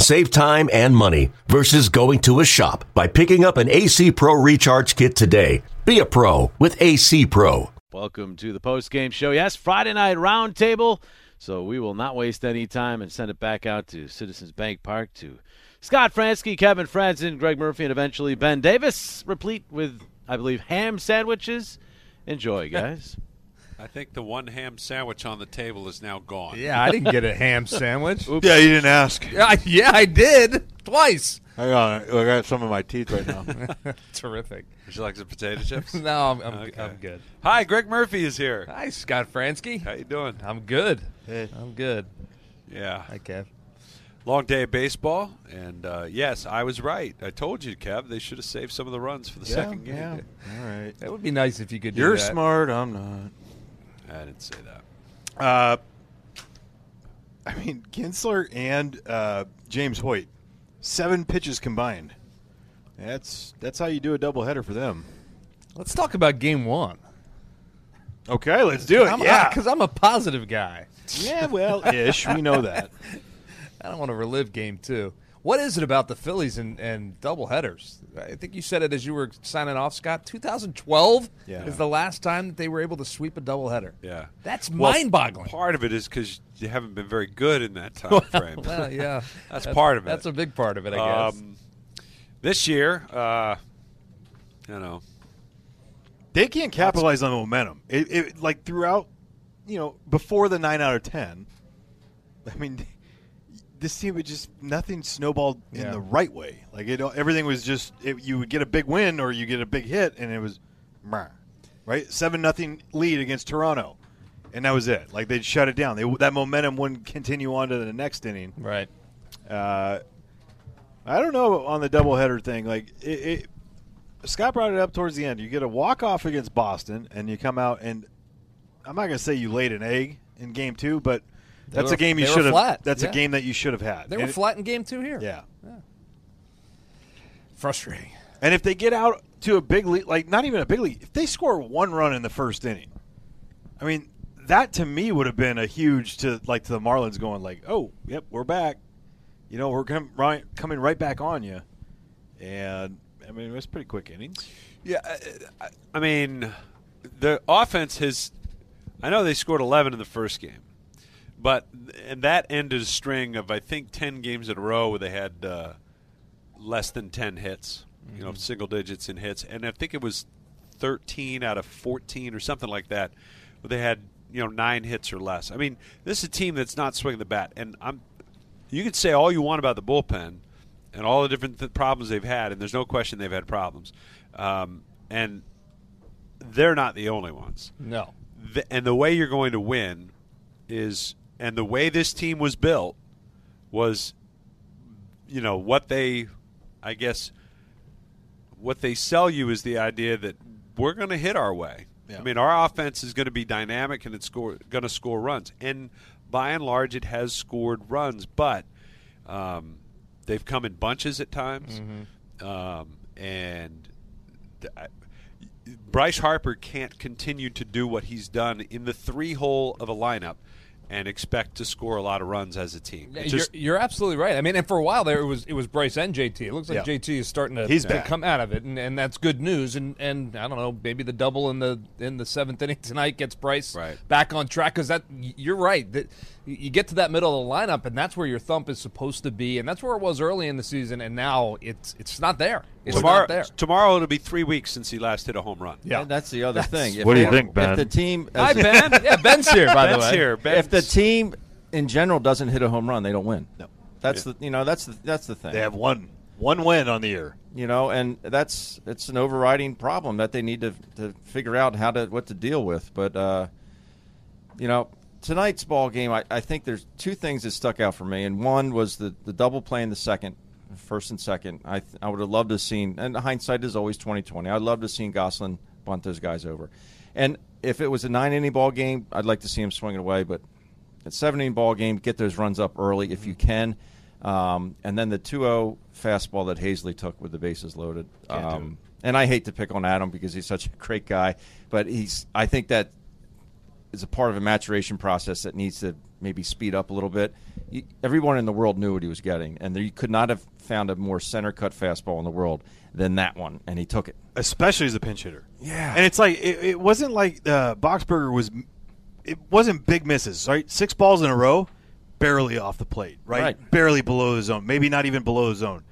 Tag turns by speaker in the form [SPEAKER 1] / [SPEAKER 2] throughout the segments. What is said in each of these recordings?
[SPEAKER 1] Save time and money versus going to a shop by picking up an AC Pro recharge kit today. Be a pro with AC Pro.
[SPEAKER 2] Welcome to the post game show. Yes, Friday night roundtable. So we will not waste any time and send it back out to Citizens Bank Park to Scott Fransky, Kevin Franson, Greg Murphy, and eventually Ben Davis, replete with, I believe, ham sandwiches. Enjoy, guys.
[SPEAKER 3] I think the one ham sandwich on the table is now gone.
[SPEAKER 4] Yeah, I didn't get a ham sandwich.
[SPEAKER 5] Yeah, you didn't ask.
[SPEAKER 4] Yeah, I, yeah, I did twice.
[SPEAKER 5] Hang on, I got some in my teeth right now.
[SPEAKER 4] Terrific.
[SPEAKER 3] Would you like some potato chips?
[SPEAKER 4] No, I'm, I'm,
[SPEAKER 3] Okay.
[SPEAKER 4] I'm good.
[SPEAKER 3] Hi, Greg Murphy is here.
[SPEAKER 4] Hi, Scott Fransky.
[SPEAKER 3] How you doing?
[SPEAKER 4] I'm good.
[SPEAKER 5] Hey.
[SPEAKER 4] I'm good.
[SPEAKER 3] Yeah,
[SPEAKER 4] Hi, Kev.
[SPEAKER 3] long day of baseball, and uh, yes, I was right. I told you, Kev, they should have saved some of the runs for the second game.
[SPEAKER 5] yeah. All right.
[SPEAKER 4] That would be nice if you could. do
[SPEAKER 5] You're
[SPEAKER 4] that.
[SPEAKER 5] smart. I'm not.
[SPEAKER 3] I didn't say that.
[SPEAKER 5] Uh, I mean, Kinsler and uh, James Hoyt, seven pitches combined. That's that's how you do a doubleheader for them.
[SPEAKER 4] Let's talk about game one.
[SPEAKER 5] Okay, let's do it.
[SPEAKER 4] I'm,
[SPEAKER 5] yeah,
[SPEAKER 4] because I'm a positive guy.
[SPEAKER 5] yeah. Well, ish. We know that.
[SPEAKER 4] I don't want to relive game two. What is it about the Phillies and, and doubleheaders? I think you said it as you were signing off, Scott. 2012
[SPEAKER 5] Yeah.
[SPEAKER 4] is the last time that they were able to sweep a doubleheader.
[SPEAKER 3] Yeah,
[SPEAKER 4] That's
[SPEAKER 3] Well,
[SPEAKER 4] mind-boggling.
[SPEAKER 3] Part of it is because you haven't been very good in that time frame.
[SPEAKER 4] Well, yeah,
[SPEAKER 3] That's part of it.
[SPEAKER 4] That's a big part of it, I guess.
[SPEAKER 3] Um, this year, uh, you know,
[SPEAKER 5] They can't capitalize on the momentum. It, it like throughout, you know, before the nine out of ten. I mean, this team would just nothing snowballed in
[SPEAKER 4] Yeah.
[SPEAKER 5] the right way. Like it, everything was just it, you would get a big win or you get a big hit, and it was, meh, right, seven nothing lead against Toronto, and that was it. Like they'd shut it down. They, that momentum wouldn't continue on to the next inning.
[SPEAKER 4] right.
[SPEAKER 5] Uh, I don't know on the doubleheader thing. Like it, it, Scott brought it up towards the end. You get a walk off against Boston, and you come out and I'm not going to say you laid an egg in game two, but
[SPEAKER 4] They
[SPEAKER 5] that's
[SPEAKER 4] were-
[SPEAKER 5] a game you
[SPEAKER 4] they were
[SPEAKER 5] should have.
[SPEAKER 4] flat,
[SPEAKER 5] That's
[SPEAKER 4] yeah.
[SPEAKER 5] a game that you should have had.
[SPEAKER 4] They were
[SPEAKER 5] And it-
[SPEAKER 4] flat in game two here.
[SPEAKER 5] Yeah,
[SPEAKER 4] Frustrating.
[SPEAKER 5] and if they get out to a big lead, like not even a big lead, if they score one run in the first inning, I mean that to me would have been a huge to like to the Marlins going like, oh, yep, we're back. You know, we're com- right, coming right back on you, and I mean it was pretty quick innings.
[SPEAKER 3] Yeah, I, I- I mean, the offense has. I know they scored 11 in the first game, but and that ended a string of I think 10 games in a row where they had uh, less than 10 hits. You know, single digits in hits, and I think it was 13 out of 14 or something like that. Where they had you know nine hits or less. I mean, this is a team that's not swinging the bat, and I'm you can say all you want about the bullpen and all the different th- problems they've had, and there's no question they've had problems. Um, and they're not the only ones.
[SPEAKER 4] No.
[SPEAKER 3] Th and the way you're going to win is, and the way this team was built was, you know, what they, I guess, what they sell you is the idea that we're going to hit our way.
[SPEAKER 5] Yeah.
[SPEAKER 3] I mean, our offense is going to be dynamic and it's score, going to score runs. And by and large, it has scored runs, but um, they've come in bunches at times. Um, and th- I- Bryce Harper can't continue to do what he's done in the three hole of a lineup and expect to score a lot of runs as a team. It
[SPEAKER 4] you're,
[SPEAKER 3] just-
[SPEAKER 4] you're absolutely right. I mean, and for a while there, it was it was Bryce and JT. It looks like
[SPEAKER 5] Yeah.
[SPEAKER 4] JT is starting to,
[SPEAKER 5] He's
[SPEAKER 4] to
[SPEAKER 5] back.
[SPEAKER 4] come out of it, and, and that's good news. And, and I don't know, maybe the double in the in the seventh inning tonight gets Bryce
[SPEAKER 3] Right.
[SPEAKER 4] back on track because that you're right that you get to that middle of the lineup, and that's where your thump is supposed to be, and that's where it was early in the season, and now it's it's not there. It's
[SPEAKER 3] tomorrow,
[SPEAKER 4] not there.
[SPEAKER 3] tomorrow it'll be three weeks since he last hit a home run.
[SPEAKER 4] Yeah.
[SPEAKER 6] And that's the other thing. If
[SPEAKER 5] What do you
[SPEAKER 6] they-
[SPEAKER 5] think, Ben?
[SPEAKER 6] If the team,
[SPEAKER 4] Hi Ben. yeah, Ben's here by the
[SPEAKER 3] Ben's
[SPEAKER 4] way.
[SPEAKER 3] here.
[SPEAKER 6] if the
[SPEAKER 3] Ben's-
[SPEAKER 6] team in general doesn't hit a home run, they don't win.
[SPEAKER 5] No.
[SPEAKER 6] That's the you know that's the that's the thing.
[SPEAKER 5] They have one one win on the year.
[SPEAKER 6] you know, and that's it's an overriding problem that they need to to figure out how to what to deal with. But uh, you know, tonight's ball game, I, I think there's two things that stuck out for me, and one was the the double play in the second, first and second. I th- I would have loved to have seen, and hindsight is always twenty twenty. I'd love to have seen Goslin bunt those guys over, and if it was a nine inning ball game, I'd like to see him swing it away. But a seven inning ball game, get those runs up early if you can. Um, and then the 2-0 fastball that Hazley took with the bases loaded. Um, and I hate to pick on Adam because he's such a great guy, but he's I think that is a part of a maturation process that needs to maybe speed up a little bit. You, everyone in the world knew what he was getting, and there, you could not have found a more center cut fastball in the world than that one, and he took it.
[SPEAKER 5] especially as a pinch hitter.
[SPEAKER 6] Yeah.
[SPEAKER 5] and it's like it, it wasn't like uh, Boxberger was. It wasn't big misses, right? Six balls in a row, barely off the plate, right?
[SPEAKER 6] Right.
[SPEAKER 5] Barely below the zone, maybe not even below the zone.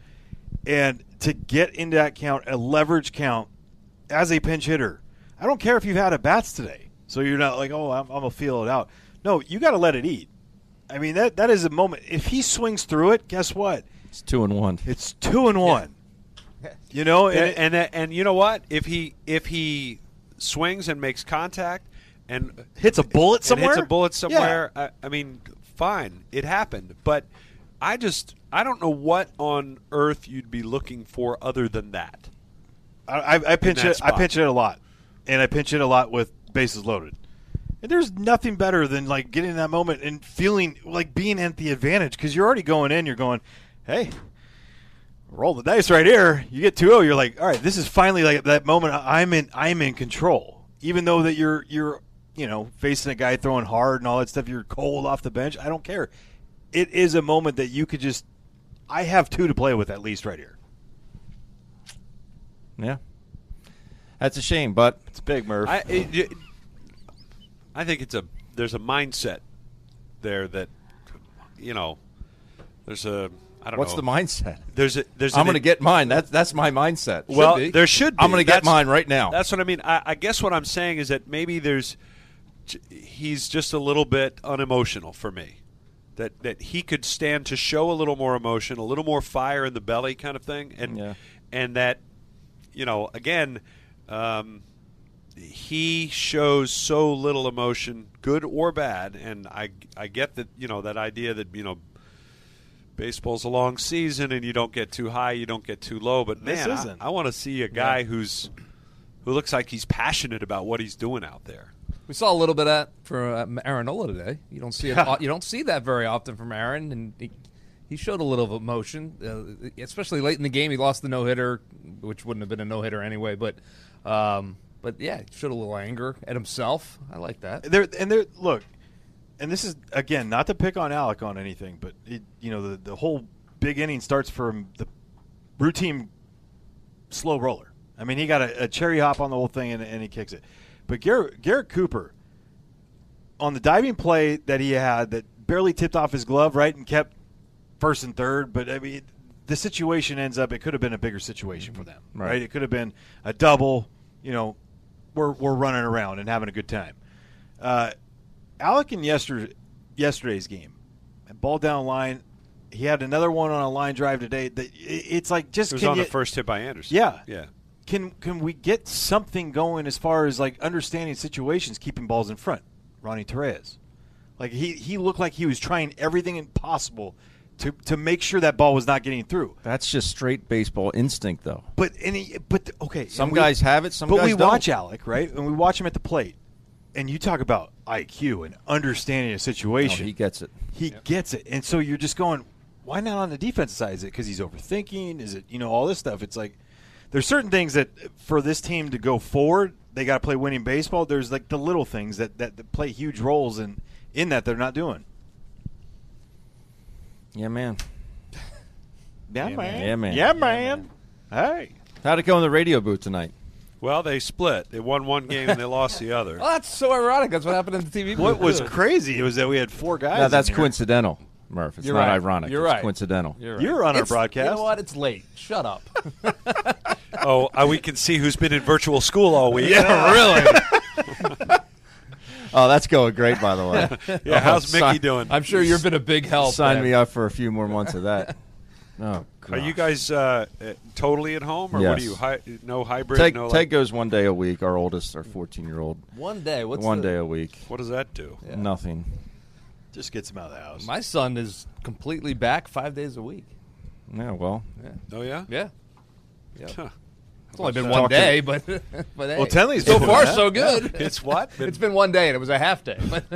[SPEAKER 5] And to get into that count, a leverage count, as a pinch hitter, I don't care if you've had at bats today, so you're not like, oh, I'm, I'm gonna feel it out. No, you got to let it eat. I mean, that that is a moment. If he swings through it, guess what?
[SPEAKER 6] It's two and one.
[SPEAKER 5] It's two and one. You know, and,
[SPEAKER 3] and, and that- and you know what? If he if he swings and makes contact and
[SPEAKER 5] Hits a bullet
[SPEAKER 3] and hits
[SPEAKER 5] somewhere?
[SPEAKER 3] a bullet
[SPEAKER 5] Yeah.
[SPEAKER 3] somewhere. I, I mean, fine, it happened, but I just I don't know what on earth you'd be looking for other than that.
[SPEAKER 5] I, I, I pinch
[SPEAKER 3] that
[SPEAKER 5] it. I
[SPEAKER 3] spot.
[SPEAKER 5] pinch it a lot, and I pinch it a lot with bases loaded. And there's nothing better than like getting in that moment and feeling like being at the advantage because you're already going in. You're going, hey, roll the dice right here. You get 2-0, You're like, all right, this is finally like that moment. I- I'm in. I'm in control. Even though that you're you're you know facing a guy throwing hard and all that stuff. You're cold off the bench. I don't care. It is a moment that you could just. I have two to play with at least right here.
[SPEAKER 6] Yeah, that's a shame, but
[SPEAKER 5] It's big, Murph.
[SPEAKER 3] I it, it- I think it's a there's a mindset there that you know there's a I don't
[SPEAKER 6] what's
[SPEAKER 3] know
[SPEAKER 6] the mindset?
[SPEAKER 3] there's a there's
[SPEAKER 6] I'm
[SPEAKER 3] an-
[SPEAKER 6] going to get mine. That's that's my mindset.
[SPEAKER 3] well
[SPEAKER 6] Should be.
[SPEAKER 3] there should be.
[SPEAKER 6] I'm going to
[SPEAKER 3] That's-
[SPEAKER 6] get mine right now.
[SPEAKER 3] That's what I mean. I, I guess what I'm saying is that maybe there's j- he's just a little bit unemotional for me. That that he could stand to show a little more emotion, a little more fire in the belly, kind of thing, and
[SPEAKER 6] Yeah.
[SPEAKER 3] and that you know again. Um, he shows so little emotion, good or bad, and I, I get that you know that idea that you know baseball's a long season and you don't get too high, you don't get too low. But
[SPEAKER 5] This
[SPEAKER 3] man, I-
[SPEAKER 5] isn't.
[SPEAKER 3] I, want to see a guy who's who looks like he's passionate about what he's doing out there.
[SPEAKER 4] We saw a little bit of that for uh, Aaronola today. You don't see it, you don't see that very often from Aaron, and he, he showed a little of emotion, uh, especially late in the game. He lost the no hitter, which wouldn't have been a no hitter anyway. But, um, but yeah, he showed a little anger at himself. I like that.
[SPEAKER 5] there and there look and this is again not to pick on alec on anything but it, you know the, the whole big inning starts from the routine slow roller i mean he got a, a cherry hop on the whole thing and, and he kicks it but garrett, garrett cooper on the diving play that he had that barely tipped off his glove right and kept first and third but i mean the situation ends up it could have been a bigger situation for them
[SPEAKER 6] Right.
[SPEAKER 5] right it could have been a double you know we're, we're running around and having a good time uh, Alec in yester- yesterday's game, ball down line, he had another one on a line drive today. That it- it's like just
[SPEAKER 3] It was
[SPEAKER 5] can
[SPEAKER 3] on
[SPEAKER 5] you-
[SPEAKER 3] the first hit by Anderson.
[SPEAKER 5] Yeah.
[SPEAKER 3] yeah.
[SPEAKER 5] Can can we get something going as far as like understanding situations, keeping balls in front? Ronnie Torres, like he he looked like he was trying everything possible to to make sure that ball was not getting through.
[SPEAKER 6] that's just straight baseball instinct, though. Oh,
[SPEAKER 5] But and he, but okay,
[SPEAKER 6] Some
[SPEAKER 5] and
[SPEAKER 6] guys have it, some
[SPEAKER 5] but
[SPEAKER 6] guys
[SPEAKER 5] we
[SPEAKER 6] don't.
[SPEAKER 5] watch Alec right, and we watch him at the plate, and you talk about IQ and understanding a
[SPEAKER 6] No,
[SPEAKER 5] situation.
[SPEAKER 6] he gets it.
[SPEAKER 5] he gets it, and so you're just going, why not on the defensive side? Is it because he's overthinking? Is it you know all this stuff? It's like there's certain things that for this team to go forward, they got to play winning baseball. There's like the little things that that, that play huge roles in in that they're not doing.
[SPEAKER 6] Yeah, man.
[SPEAKER 5] Yeah, man.
[SPEAKER 6] Yeah, man.
[SPEAKER 5] Yeah, man. Hey.
[SPEAKER 6] How'd it go in the radio booth tonight?
[SPEAKER 3] Well, they split. They won one game and they lost the other.
[SPEAKER 4] Well, that's so ironic. That's what happened in the TV.
[SPEAKER 5] What
[SPEAKER 4] booth,
[SPEAKER 5] was
[SPEAKER 4] too.
[SPEAKER 5] crazy was that we had four guys.
[SPEAKER 6] No,
[SPEAKER 5] in
[SPEAKER 6] that's
[SPEAKER 5] here.
[SPEAKER 6] coincidental, Murph. It's
[SPEAKER 4] You're
[SPEAKER 6] not
[SPEAKER 4] right.
[SPEAKER 6] ironic.
[SPEAKER 4] You're
[SPEAKER 6] it's
[SPEAKER 4] right.
[SPEAKER 6] coincidental.
[SPEAKER 4] You're
[SPEAKER 5] You were on our
[SPEAKER 4] It's- You
[SPEAKER 5] broadcast.
[SPEAKER 4] know what? It's late. Shut up.
[SPEAKER 3] oh, uh, we can see who's been in virtual school all week.
[SPEAKER 5] really.
[SPEAKER 6] Oh, that's going great, by the way.
[SPEAKER 3] Yeah, how's
[SPEAKER 6] Oh,
[SPEAKER 3] Mickey
[SPEAKER 6] si-
[SPEAKER 3] doing?
[SPEAKER 4] I'm sure you've been a big help.
[SPEAKER 6] Sign
[SPEAKER 4] there.
[SPEAKER 6] me up for a few more months of that. Oh,
[SPEAKER 3] Are you
[SPEAKER 6] gosh.
[SPEAKER 3] guys uh, uh, totally at home, or what
[SPEAKER 6] Yes.
[SPEAKER 3] are you? Hi- no hybrid.
[SPEAKER 6] Ted,
[SPEAKER 3] no,
[SPEAKER 6] Ted
[SPEAKER 3] like-
[SPEAKER 6] goes one day a week. Our oldest, our 14 year old,
[SPEAKER 4] One day. What's
[SPEAKER 6] one
[SPEAKER 4] the-
[SPEAKER 6] day a week.
[SPEAKER 3] what does that do?
[SPEAKER 6] Nothing.
[SPEAKER 5] Just gets him out of the house.
[SPEAKER 4] My son is completely back five days a week.
[SPEAKER 6] Yeah, well,
[SPEAKER 3] Oh yeah.
[SPEAKER 4] Yeah.
[SPEAKER 3] Huh.
[SPEAKER 4] It's only been one day, but but hey,
[SPEAKER 5] Tenley's
[SPEAKER 4] so
[SPEAKER 5] been
[SPEAKER 4] far
[SPEAKER 5] doing
[SPEAKER 4] so good.
[SPEAKER 3] It's what?
[SPEAKER 4] it's been one day, and it was a half day. But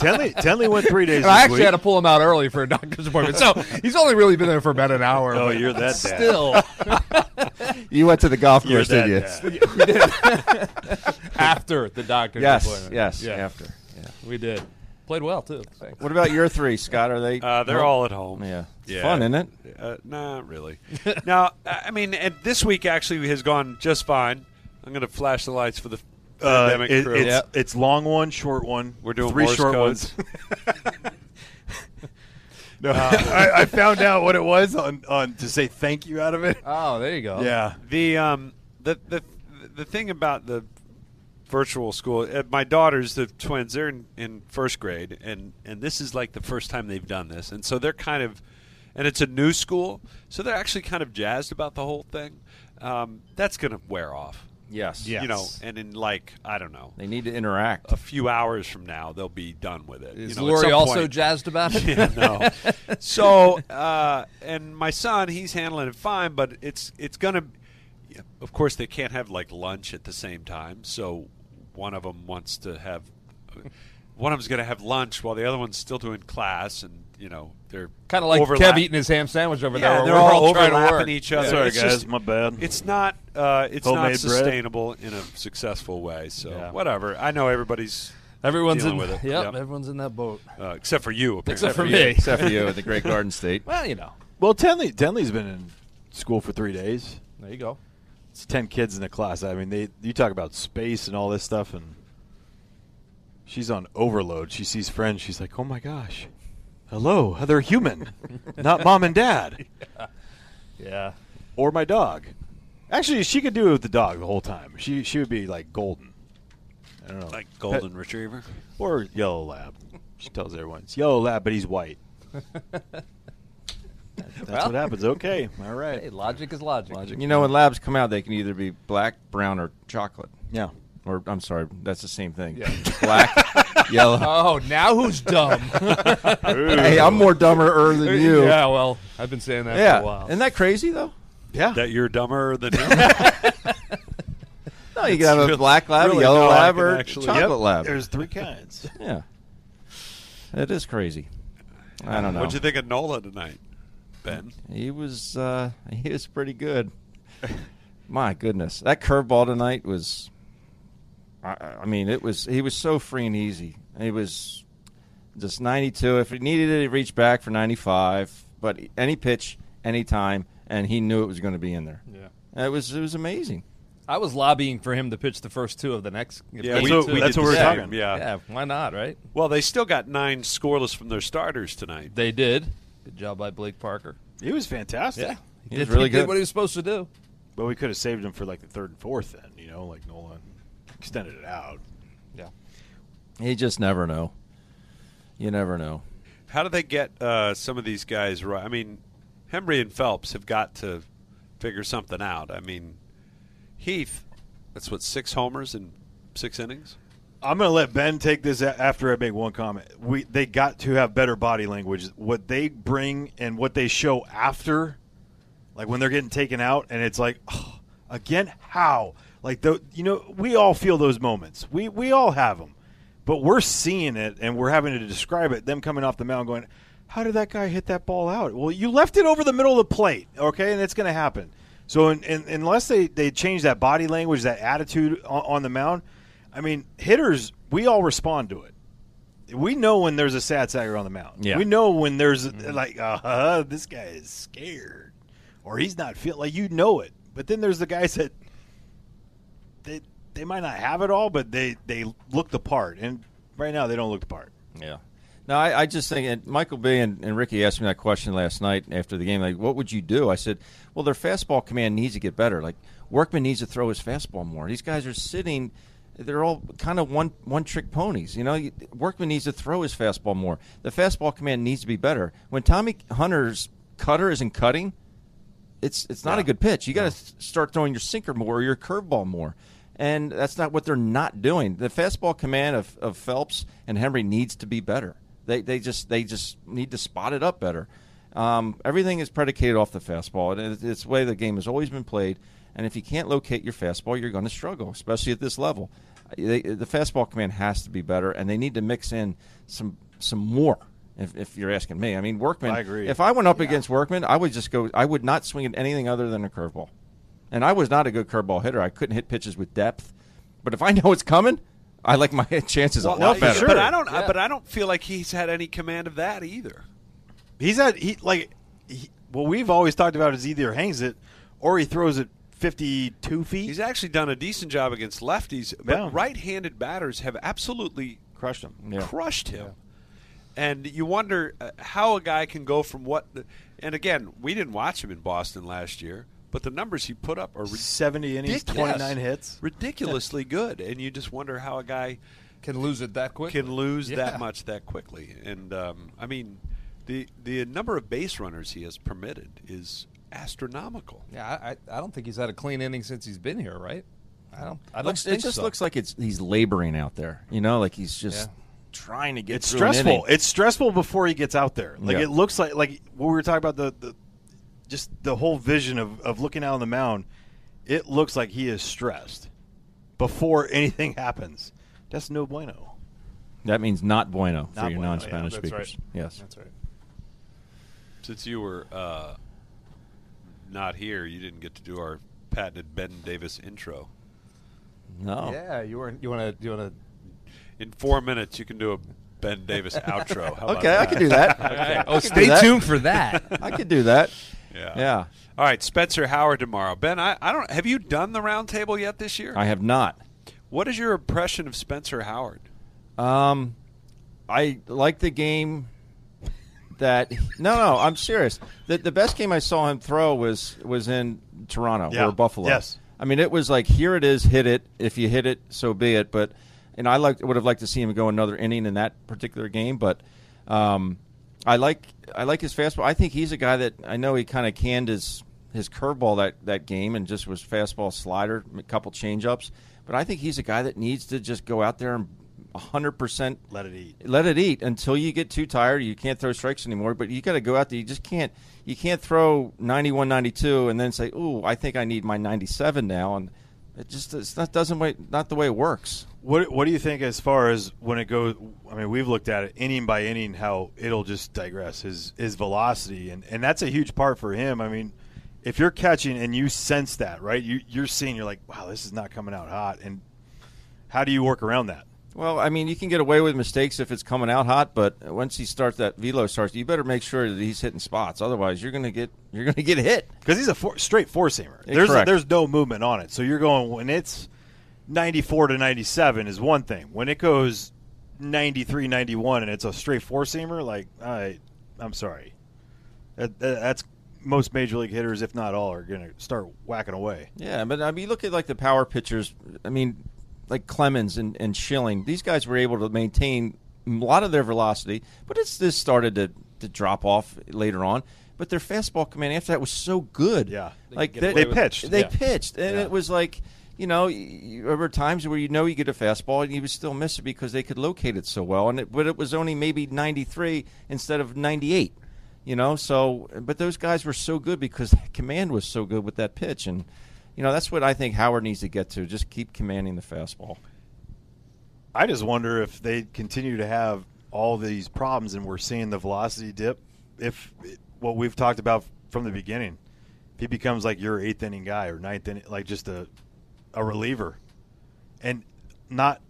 [SPEAKER 5] Tenley, Tenley went three days.
[SPEAKER 4] and I
[SPEAKER 5] this
[SPEAKER 4] actually
[SPEAKER 5] week.
[SPEAKER 4] had to pull him out early for a doctor's appointment, so he's only really been there for about an hour.
[SPEAKER 5] Oh,
[SPEAKER 4] but
[SPEAKER 5] you're that dad.
[SPEAKER 4] still
[SPEAKER 6] You went to the golf
[SPEAKER 5] You're
[SPEAKER 6] course,
[SPEAKER 5] that
[SPEAKER 6] didn't you?
[SPEAKER 5] dad.
[SPEAKER 4] after the doctor's
[SPEAKER 6] Yes,
[SPEAKER 4] appointment.
[SPEAKER 6] yes.
[SPEAKER 4] Yeah,
[SPEAKER 6] After.
[SPEAKER 4] we did. Played well too. thanks.
[SPEAKER 6] What about your three, Scott? Are they?
[SPEAKER 3] Uh, they're all at home.
[SPEAKER 6] Yeah. It's fun, isn't it?
[SPEAKER 3] Uh, not really. now, I I mean, and this week actually has gone just fine. I'm going to flash the lights for the
[SPEAKER 5] Uh,
[SPEAKER 3] pandemic
[SPEAKER 5] it-
[SPEAKER 3] crew.
[SPEAKER 5] it's,
[SPEAKER 6] Yep.
[SPEAKER 5] it's long one, short one.
[SPEAKER 3] We're doing
[SPEAKER 5] three
[SPEAKER 3] Morse
[SPEAKER 5] short
[SPEAKER 3] codes.
[SPEAKER 5] ones. no, I, I found out what it was on, on to say thank you out of it.
[SPEAKER 4] Oh, there you go.
[SPEAKER 5] yeah,
[SPEAKER 3] The um the the the thing about the virtual school, uh, my daughters, the twins, they're in, in first grade, and and this is like the first time they've done this, and so they're kind of, and it's a new school, so they're actually kind of jazzed about the whole thing. Um, that's gonna wear off,
[SPEAKER 6] Yes.
[SPEAKER 4] Yeah.
[SPEAKER 3] you know,
[SPEAKER 4] Yes.
[SPEAKER 3] and in like I don't know.
[SPEAKER 6] They need to interact.
[SPEAKER 3] A few hours from now, they'll be done with it.
[SPEAKER 4] Is
[SPEAKER 3] you know, at
[SPEAKER 4] Lori
[SPEAKER 3] some
[SPEAKER 4] also
[SPEAKER 3] point.
[SPEAKER 4] jazzed about it?
[SPEAKER 3] Yeah, no. so, uh, and my son, he's handling it fine, but it's it's gonna. Of course, they can't have like lunch at the same time. So, one of them wants to have, one of them's gonna have lunch while the other one's still doing class, and you know they're
[SPEAKER 4] Kind of like
[SPEAKER 3] overlap-
[SPEAKER 4] Kev eating his ham sandwich over
[SPEAKER 3] Yeah,
[SPEAKER 4] there.
[SPEAKER 3] they're
[SPEAKER 4] We're
[SPEAKER 3] all,
[SPEAKER 4] trying to
[SPEAKER 3] overlapping
[SPEAKER 4] work.
[SPEAKER 3] each other.
[SPEAKER 5] Sorry,
[SPEAKER 3] it's
[SPEAKER 5] guys,
[SPEAKER 3] just-
[SPEAKER 5] my bad.
[SPEAKER 3] It's not. Uh, it's
[SPEAKER 5] Homemade
[SPEAKER 3] not
[SPEAKER 5] bread.
[SPEAKER 3] sustainable in a successful way. So
[SPEAKER 6] Yeah.
[SPEAKER 3] whatever. I know everybody's
[SPEAKER 4] Everyone's
[SPEAKER 3] dealing
[SPEAKER 4] in.
[SPEAKER 3] with it.
[SPEAKER 4] Yep,
[SPEAKER 3] Yep.
[SPEAKER 4] everyone's in that boat.
[SPEAKER 3] uh, except for you. Apparently.
[SPEAKER 4] Except for
[SPEAKER 6] Yeah,
[SPEAKER 4] me.
[SPEAKER 6] Except for you at the Great Garden State.
[SPEAKER 4] Well, you know.
[SPEAKER 5] Well, Tenley Tenley's been in school for three days.
[SPEAKER 4] There you go.
[SPEAKER 5] It's ten kids in the class. I mean, they you talk about space and all this stuff, and she's on overload. She sees friends. She's like, "Oh my gosh, hello, they're human, not mom and dad
[SPEAKER 4] Yeah.
[SPEAKER 5] or my dog." Actually, she could do it with the dog the whole time. She she would be like golden. I don't know,
[SPEAKER 3] Like golden retriever.
[SPEAKER 5] or yellow lab. She tells everyone it's yellow lab, but he's white. That's what happens. Okay, all
[SPEAKER 4] Hey,
[SPEAKER 5] right.
[SPEAKER 4] logic is logic.
[SPEAKER 6] You know, when labs come out, they can either be black, brown, or chocolate.
[SPEAKER 5] Yeah.
[SPEAKER 6] Or I'm sorry, that's the same thing.
[SPEAKER 4] Yeah.
[SPEAKER 6] Black, yellow.
[SPEAKER 4] Oh, now who's dumb?
[SPEAKER 6] Hey, I'm more dumber than you.
[SPEAKER 4] Yeah, well, I've been saying that
[SPEAKER 6] Yeah.
[SPEAKER 4] for a while.
[SPEAKER 6] Isn't that crazy though?
[SPEAKER 5] Yeah.
[SPEAKER 3] That you're dumber than him.
[SPEAKER 6] No, Oh, you can have a
[SPEAKER 3] really-
[SPEAKER 6] black lab,
[SPEAKER 3] really
[SPEAKER 6] a yellow
[SPEAKER 3] not
[SPEAKER 6] lab,
[SPEAKER 3] like it,
[SPEAKER 6] or
[SPEAKER 3] actually.
[SPEAKER 6] chocolate
[SPEAKER 5] Yep,
[SPEAKER 6] lab.
[SPEAKER 5] There's three kinds.
[SPEAKER 6] yeah. It is crazy. I don't know.
[SPEAKER 3] What'd you think of Nola tonight, Ben?
[SPEAKER 6] He was uh, he was pretty good. My goodness, that curveball tonight was. I, I mean, it was he was so free and easy. He was just 92. If he needed it, he reached back for 95. But any pitch, any time, and he knew it was going to be in there.
[SPEAKER 4] Yeah.
[SPEAKER 6] And it was it was amazing.
[SPEAKER 4] I was lobbying for him to pitch the first two of the next.
[SPEAKER 5] That's
[SPEAKER 4] game,
[SPEAKER 5] what-
[SPEAKER 4] too.
[SPEAKER 5] we that's did what
[SPEAKER 3] the
[SPEAKER 5] we were
[SPEAKER 3] same,
[SPEAKER 5] talking.
[SPEAKER 3] Yeah.
[SPEAKER 4] Yeah, why not, right?
[SPEAKER 3] Well, they still got nine scoreless from their starters tonight.
[SPEAKER 4] They did. Good job by Blake Parker.
[SPEAKER 5] He was fantastic.
[SPEAKER 6] He was really
[SPEAKER 4] he did
[SPEAKER 6] good.
[SPEAKER 4] what he was supposed to do.
[SPEAKER 5] But we could have saved him for like the third and fourth then, you know, like Nolan extended it out.
[SPEAKER 4] Yeah.
[SPEAKER 6] You just never know. You never know.
[SPEAKER 3] How do they get uh, some of these guys right? I mean, Henry and Phelps have got to figure something out. I mean, Heath, that's what six homers in six innings.
[SPEAKER 5] I'm going to let Ben take this a- after I make one comment. We they got to have better body language. What they bring and what they show after like when they're getting taken out and it's like "Ugh, again how? Like the you know, we all feel those moments. We we all have them. But we're seeing it and we're having to describe it them coming off the mound going, "How did that guy hit that ball out?" Well, you left it over the middle of the plate, okay? And it's going to happen. So in, in, unless they they change that body language, that attitude on, on the mound, I mean, hitters, we all respond to it. We know when there's a sad sagger on the mound.
[SPEAKER 6] Yeah.
[SPEAKER 5] We know when there's like, uh, this guy is scared, or he's not feeling like you know it. But then there's the guys that they they might not have it all, but they they look the part. And right now they don't look the part.
[SPEAKER 6] Yeah. No, I, I just think and Michael Bay and, and Ricky asked me that question last night after the game. Like, what would you do? I said, well, their fastball command needs to get better. Like, Workman needs to throw his fastball more. These guys are sitting; they're all kind of one one trick ponies. You know, You- Workman needs to throw his fastball more. The fastball command needs to be better. When Tommy Hunter's cutter isn't cutting, it's it's not a good pitch. You got to start throwing your sinker more, or your curveball more, and that's not what they're not doing. The fastball command of, of Phelps and Henry needs to be better. They they just they just need to spot it up better. Um, everything is predicated off the fastball, and it's, it's the way the game has always been played. And if you can't locate your fastball, you're going to struggle, especially at this level. Uh, They, the fastball command has to be better, and they need to mix in some some more. If, if you're asking me, I mean Workman.
[SPEAKER 5] I agree.
[SPEAKER 6] If I went up against Workman, I would just go. I would not swing at anything other than a curveball, and I was not a good curveball hitter. I couldn't hit pitches with depth, but if I know it's coming, I like my chances a lot better.
[SPEAKER 3] But I don't. But I don't feel like he's had any command of that either.
[SPEAKER 5] He's at he like he, what we've always talked about is either hangs it or he throws it fifty-two feet.
[SPEAKER 3] He's actually done a decent job against lefties, but
[SPEAKER 5] Yeah.
[SPEAKER 3] right-handed batters have absolutely
[SPEAKER 5] crushed him.
[SPEAKER 6] Yeah.
[SPEAKER 3] crushed him. And you wonder uh, how a guy can go from what. The, and again, we didn't watch him in Boston last year, but the numbers he put up are ri-
[SPEAKER 5] Seventy innings,
[SPEAKER 3] Ridiculous.
[SPEAKER 5] twenty-nine hits.
[SPEAKER 3] ridiculously good. And you just wonder how a guy
[SPEAKER 4] Can lose it that quick.
[SPEAKER 3] can lose
[SPEAKER 4] Yeah.
[SPEAKER 3] that much that quickly. And um, I mean, the the number of base runners he has permitted is astronomical.
[SPEAKER 4] Yeah, I, I, I don't think he's had a clean inning since he's been here, right? I don't. I don't
[SPEAKER 6] looks,
[SPEAKER 4] think
[SPEAKER 6] it just
[SPEAKER 4] so.
[SPEAKER 6] looks like it's he's laboring out there. You know, like he's just
[SPEAKER 4] Yeah.
[SPEAKER 6] trying to get.
[SPEAKER 5] It's
[SPEAKER 6] through an
[SPEAKER 5] stressful.
[SPEAKER 6] inning.
[SPEAKER 5] It's stressful before he gets out there. Like
[SPEAKER 6] Yeah.
[SPEAKER 5] it looks like like what we were talking about the, the just the whole vision of, of looking out on the mound. It looks like he is stressed before anything happens. That's no bueno.
[SPEAKER 6] that means not bueno for
[SPEAKER 5] Not
[SPEAKER 6] your
[SPEAKER 5] bueno, yeah,
[SPEAKER 6] non-Spanish
[SPEAKER 5] that's
[SPEAKER 6] speakers. Yes.
[SPEAKER 5] right.
[SPEAKER 3] Since you were uh, not here, you didn't get to do our patented Ben Davis intro.
[SPEAKER 6] No.
[SPEAKER 4] Yeah, you were. You want to? You want to?
[SPEAKER 3] In four minutes, you can do a Ben Davis outro. How about
[SPEAKER 6] Okay, I
[SPEAKER 3] that?
[SPEAKER 6] could do that.
[SPEAKER 4] Oh,
[SPEAKER 6] do
[SPEAKER 4] stay
[SPEAKER 6] that.
[SPEAKER 4] tuned for that.
[SPEAKER 6] I could do that.
[SPEAKER 3] Yeah.
[SPEAKER 6] Yeah.
[SPEAKER 3] All right, Spencer Howard tomorrow. Ben, I, I don't. Have you done the roundtable yet this year?
[SPEAKER 6] I have not.
[SPEAKER 3] What is your impression of Spencer Howard?
[SPEAKER 6] Um, I like the game that no, no, I'm serious. The the best game I saw him throw was was in Toronto
[SPEAKER 5] Yeah.
[SPEAKER 6] or Buffalo.
[SPEAKER 5] Yes.
[SPEAKER 6] I mean it was like here it is, hit it. If you hit it, so be it. But and I like would have liked to see him go another inning in that particular game, but um, I like I like his fastball. I think he's a guy that I know he kind of canned his his curveball that that game and just was fastball slider, a couple changeups. But I think he's a guy that needs to just go out there and 100%
[SPEAKER 5] Let it eat.
[SPEAKER 6] let it eat until you get too tired you can't throw strikes anymore but you got to go out there you just can't you can't throw 91 92 and then say ooh i think i need my 97 now and it just it's not doesn't wait not the way it works
[SPEAKER 5] What What do you think as far as when it goes? I mean, we've looked at it inning by inning how it'll just digress his his velocity, and and that's a huge part for him. I mean, if you're catching and you sense that, right? You you're seeing, you're like, wow, this is not coming out hot, and how do you work around that?
[SPEAKER 6] well i mean you can get away with mistakes if it's coming out hot but once he starts that velo starts you better make sure that he's hitting spots otherwise you're gonna get you're gonna get hit
[SPEAKER 5] Because he's a four, straight four seamer.
[SPEAKER 6] Yeah,
[SPEAKER 5] There's
[SPEAKER 6] correct.
[SPEAKER 5] there's no movement on it, so you're going when it's 94 to 97 is one thing. When it goes 93, 91, and it's a straight four seamer, like I, I'm sorry, that, that- that's most major league hitters, if not all, are going to start whacking away.
[SPEAKER 6] Yeah, but I mean, you look at like the power pitchers. I mean, like Clemens and, and Schilling. These guys were able to maintain a lot of their velocity, but it's this started to, to drop off later on. But their fastball command after that was so good.
[SPEAKER 5] Yeah. They
[SPEAKER 6] like
[SPEAKER 5] get away They with it. pitched,
[SPEAKER 6] They
[SPEAKER 5] yeah.
[SPEAKER 6] pitched, and
[SPEAKER 5] Yeah.
[SPEAKER 6] it was like you know, y- y- there were times where you know you get a fastball and you would still miss it because they could locate it so well, and it, but it was only maybe ninety three instead of ninety eight. You know, so but those guys were so good because that command was so good with that pitch, and you know that's what I think Howard needs to get to. Just keep commanding the fastball.
[SPEAKER 5] I just wonder if they continue to have all these problems, and we're seeing the velocity dip. If what we've talked about from the beginning, if he becomes like your eighth inning guy or ninth inning, like just a a reliever, and not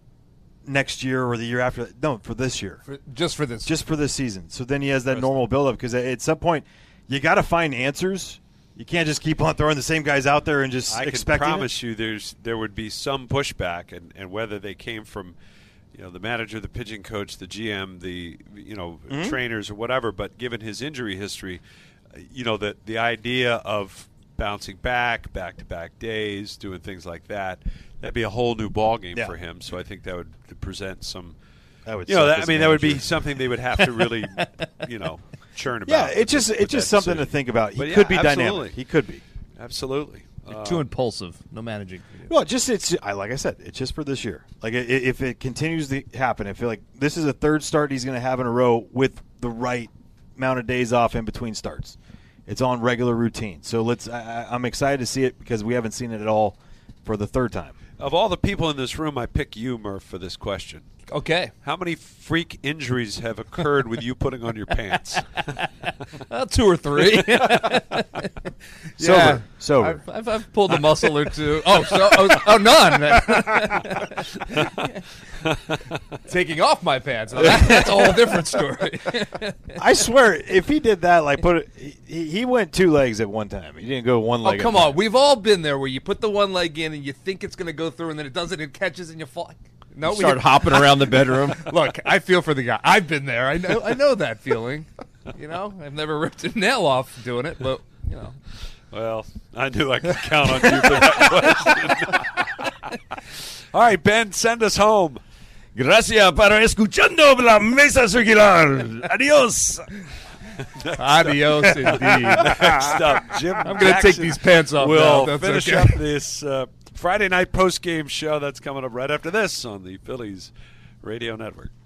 [SPEAKER 5] next year or the year after. that. No, for this year,
[SPEAKER 4] For- just for this.
[SPEAKER 5] just for this season. So then he has that normal buildup because at some point you got to find answers. You can't just keep on throwing the same guys out there and just
[SPEAKER 3] I can
[SPEAKER 5] expect.
[SPEAKER 3] promise you, there's there would be some pushback, and, and whether they came from, you know, the manager, the pitching coach, the GM, the you know
[SPEAKER 5] Hmm?
[SPEAKER 3] trainers or whatever. But given his injury history, uh, you know the the idea of bouncing back, back to back days, doing things like that, that'd be a whole new ball game
[SPEAKER 5] Yeah.
[SPEAKER 3] for him. So I think that would present some.
[SPEAKER 5] That would
[SPEAKER 3] you know,
[SPEAKER 5] suck
[SPEAKER 3] that, I
[SPEAKER 5] as
[SPEAKER 3] mean, that would be
[SPEAKER 5] manager.
[SPEAKER 3] something they would have to really, you know, churn
[SPEAKER 5] Yeah,
[SPEAKER 3] about.
[SPEAKER 5] it's just it's just something to think about. He
[SPEAKER 3] But yeah,
[SPEAKER 5] could be
[SPEAKER 3] absolutely.
[SPEAKER 5] dynamic. He could be.
[SPEAKER 3] think. Absolutely. Uh,
[SPEAKER 4] too impulsive. No managing. can do.
[SPEAKER 5] Well, just it's I like I said, it's just for this year. Like i- i- if it continues to happen, I feel like this is a third start he's going to have in a row with the right amount of days off in between starts. It's on regular routine. So let's. I, I- I'm excited to see it because we haven't seen it at all for the third time.
[SPEAKER 3] Of all the people in this room, I pick you, Murph, for this question.
[SPEAKER 4] Okay.
[SPEAKER 3] How many freak injuries have occurred with you putting on your pants?
[SPEAKER 4] Uh, two or three.
[SPEAKER 5] Sober, sober.
[SPEAKER 4] I've, I've, I've pulled a muscle or two. Oh, so, oh, oh none. Taking off my pants. Now that- that's a whole different story.
[SPEAKER 5] I swear, if he did that, like put it, he, he went two legs at one time. He didn't go one
[SPEAKER 4] oh,
[SPEAKER 5] leg. at
[SPEAKER 4] come
[SPEAKER 5] a
[SPEAKER 4] on.
[SPEAKER 5] time.
[SPEAKER 4] We've all been there where you put the one leg in and you think it's going to go through and then it doesn't. It catches and you fall. No, we
[SPEAKER 6] Start hopping around the bedroom.
[SPEAKER 4] Look, I feel for the guy. I've been there. I know. I know that feeling. You know, I've never ripped a nail off doing it, but you know,
[SPEAKER 3] well, I knew I could count on you for that question. All right, Ben, send us home.
[SPEAKER 7] Gracias para escuchando la mesa circular. Adios.
[SPEAKER 4] adios indeed.
[SPEAKER 3] Next up, Jim.
[SPEAKER 4] I'm gonna take these pants off.
[SPEAKER 3] We'll
[SPEAKER 4] now, if that's
[SPEAKER 3] finish
[SPEAKER 4] okay.
[SPEAKER 3] up this uh, Friday night post game show that's coming up right after this on the Phillies Radio Network.